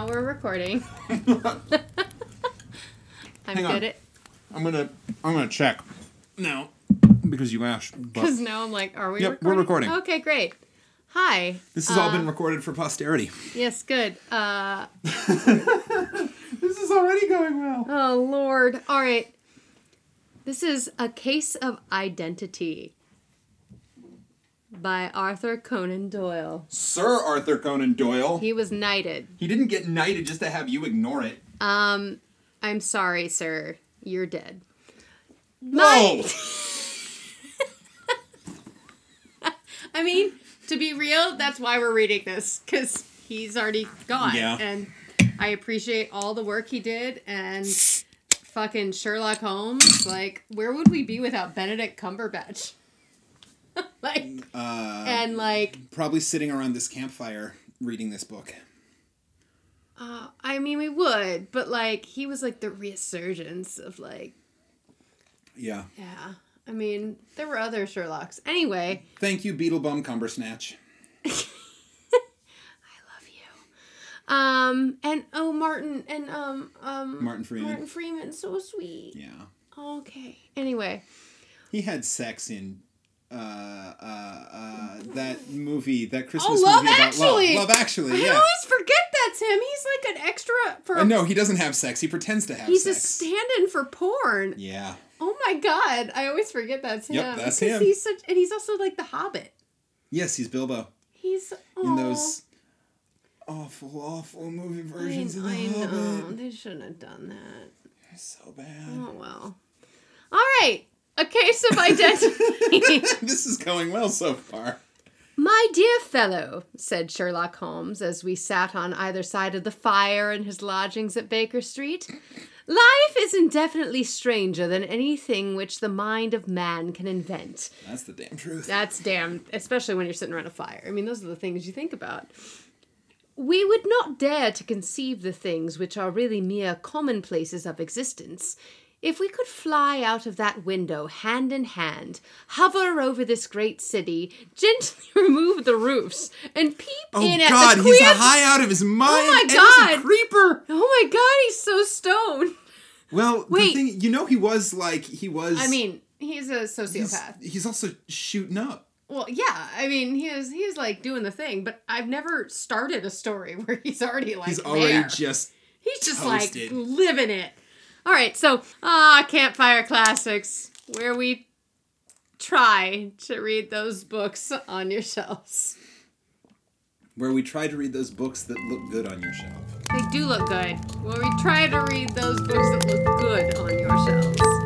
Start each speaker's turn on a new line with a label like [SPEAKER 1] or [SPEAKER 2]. [SPEAKER 1] Oh, we're recording. I'm
[SPEAKER 2] Hang on.
[SPEAKER 1] good at
[SPEAKER 2] I'm gonna I'm gonna check now because you asked.
[SPEAKER 1] because
[SPEAKER 2] But
[SPEAKER 1] now I'm like, are we?
[SPEAKER 2] Yep,
[SPEAKER 1] recording?
[SPEAKER 2] we're recording.
[SPEAKER 1] Okay, great. Hi.
[SPEAKER 2] this has all
[SPEAKER 1] uh,
[SPEAKER 2] been recorded for posterity.
[SPEAKER 1] Yes, good. Uh,
[SPEAKER 2] This is already going well.
[SPEAKER 1] oh Lord. All right. This is a case of identity by Arthur Conan Doyle.
[SPEAKER 2] Sir Arthur Conan Doyle.
[SPEAKER 1] He was knighted.
[SPEAKER 2] He didn't get knighted just to have you ignore it.
[SPEAKER 1] Um, I'm sorry, sir. You're dead.
[SPEAKER 2] No.
[SPEAKER 1] I mean, to be real, that's why we're reading this because he's already gone.
[SPEAKER 2] Yeah.
[SPEAKER 1] And I appreciate all the work he did and fucking Sherlock Holmes. Like, where would we be without Benedict Cumberbatch? like,
[SPEAKER 2] Uh,
[SPEAKER 1] and like,
[SPEAKER 2] probably sitting around this campfire reading this book.
[SPEAKER 1] uh, I mean, we would, but like, he was like the resurgence of like,
[SPEAKER 2] Yeah.
[SPEAKER 1] yeah. I mean, there were other Sherlocks. Anyway,
[SPEAKER 2] Thank you, Beetlebum Cumbersnatch.
[SPEAKER 1] love you. Um, and oh, Martin and um, um,
[SPEAKER 2] Martin Freeman.
[SPEAKER 1] Martin Freeman, so sweet.
[SPEAKER 2] Yeah.
[SPEAKER 1] Okay. Anyway,
[SPEAKER 2] He had sex in uh, uh, uh, that movie, that Christmas
[SPEAKER 1] Oh, Love
[SPEAKER 2] movie about
[SPEAKER 1] Actually!
[SPEAKER 2] love. Love Actually,
[SPEAKER 1] I
[SPEAKER 2] yeah.
[SPEAKER 1] always forget that's him. He's like an extra for.
[SPEAKER 2] Uh, no, he doesn't have sex. He pretends to have
[SPEAKER 1] he's
[SPEAKER 2] sex.
[SPEAKER 1] a stand-in for porn.
[SPEAKER 2] yeah.
[SPEAKER 1] Oh my god! I always forget that's him.
[SPEAKER 2] Yep,
[SPEAKER 1] 'Cause
[SPEAKER 2] that's him.
[SPEAKER 1] He's such, and he's also like the Hobbit.
[SPEAKER 2] Yes, he's Bilbo
[SPEAKER 1] He's
[SPEAKER 2] in
[SPEAKER 1] aw.
[SPEAKER 2] those awful, awful movie
[SPEAKER 1] I,
[SPEAKER 2] versions of The
[SPEAKER 1] I know
[SPEAKER 2] Hobbit.
[SPEAKER 1] they shouldn't have done that.
[SPEAKER 2] They're So bad.
[SPEAKER 1] Oh well. All right. A case of identity.
[SPEAKER 2] this is going well so far.
[SPEAKER 1] My dear fellow, said Sherlock Holmes as we sat on either side of the fire in his lodgings at Baker Street, life is indefinitely stranger than anything which the mind of man can invent.
[SPEAKER 2] That's the damn truth.
[SPEAKER 1] That's damn, especially when you're sitting around a fire. I mean, those are the things you think about. We would not dare to conceive the things which are really mere commonplaces of existence. If we could fly out of that window hand in hand, hover over this great city, gently remove the roofs, and peep
[SPEAKER 2] Oh
[SPEAKER 1] in at
[SPEAKER 2] God,
[SPEAKER 1] the
[SPEAKER 2] he's
[SPEAKER 1] queer...
[SPEAKER 2] a high out of his mind.
[SPEAKER 1] my
[SPEAKER 2] and He's
[SPEAKER 1] God.
[SPEAKER 2] a creeper.
[SPEAKER 1] Oh my god, he's so stoned.
[SPEAKER 2] Well,
[SPEAKER 1] Wait.
[SPEAKER 2] the thing, you know, he was like he was.
[SPEAKER 1] I mean, he's a
[SPEAKER 2] he's,
[SPEAKER 1] sociopath.
[SPEAKER 2] he's also shooting up.
[SPEAKER 1] Well, yeah, I mean, he is he is like doing the thing, but I've never started a story where he's already like
[SPEAKER 2] He's already
[SPEAKER 1] there.
[SPEAKER 2] just.
[SPEAKER 1] he's just like
[SPEAKER 2] toasted.
[SPEAKER 1] living it. All right, so ah, campfire classics, where we try to read those books on your shelves.
[SPEAKER 2] Where we try to read those books that look good on your shelf.
[SPEAKER 1] They do look good. Where we try to read those books that look good on your shelves.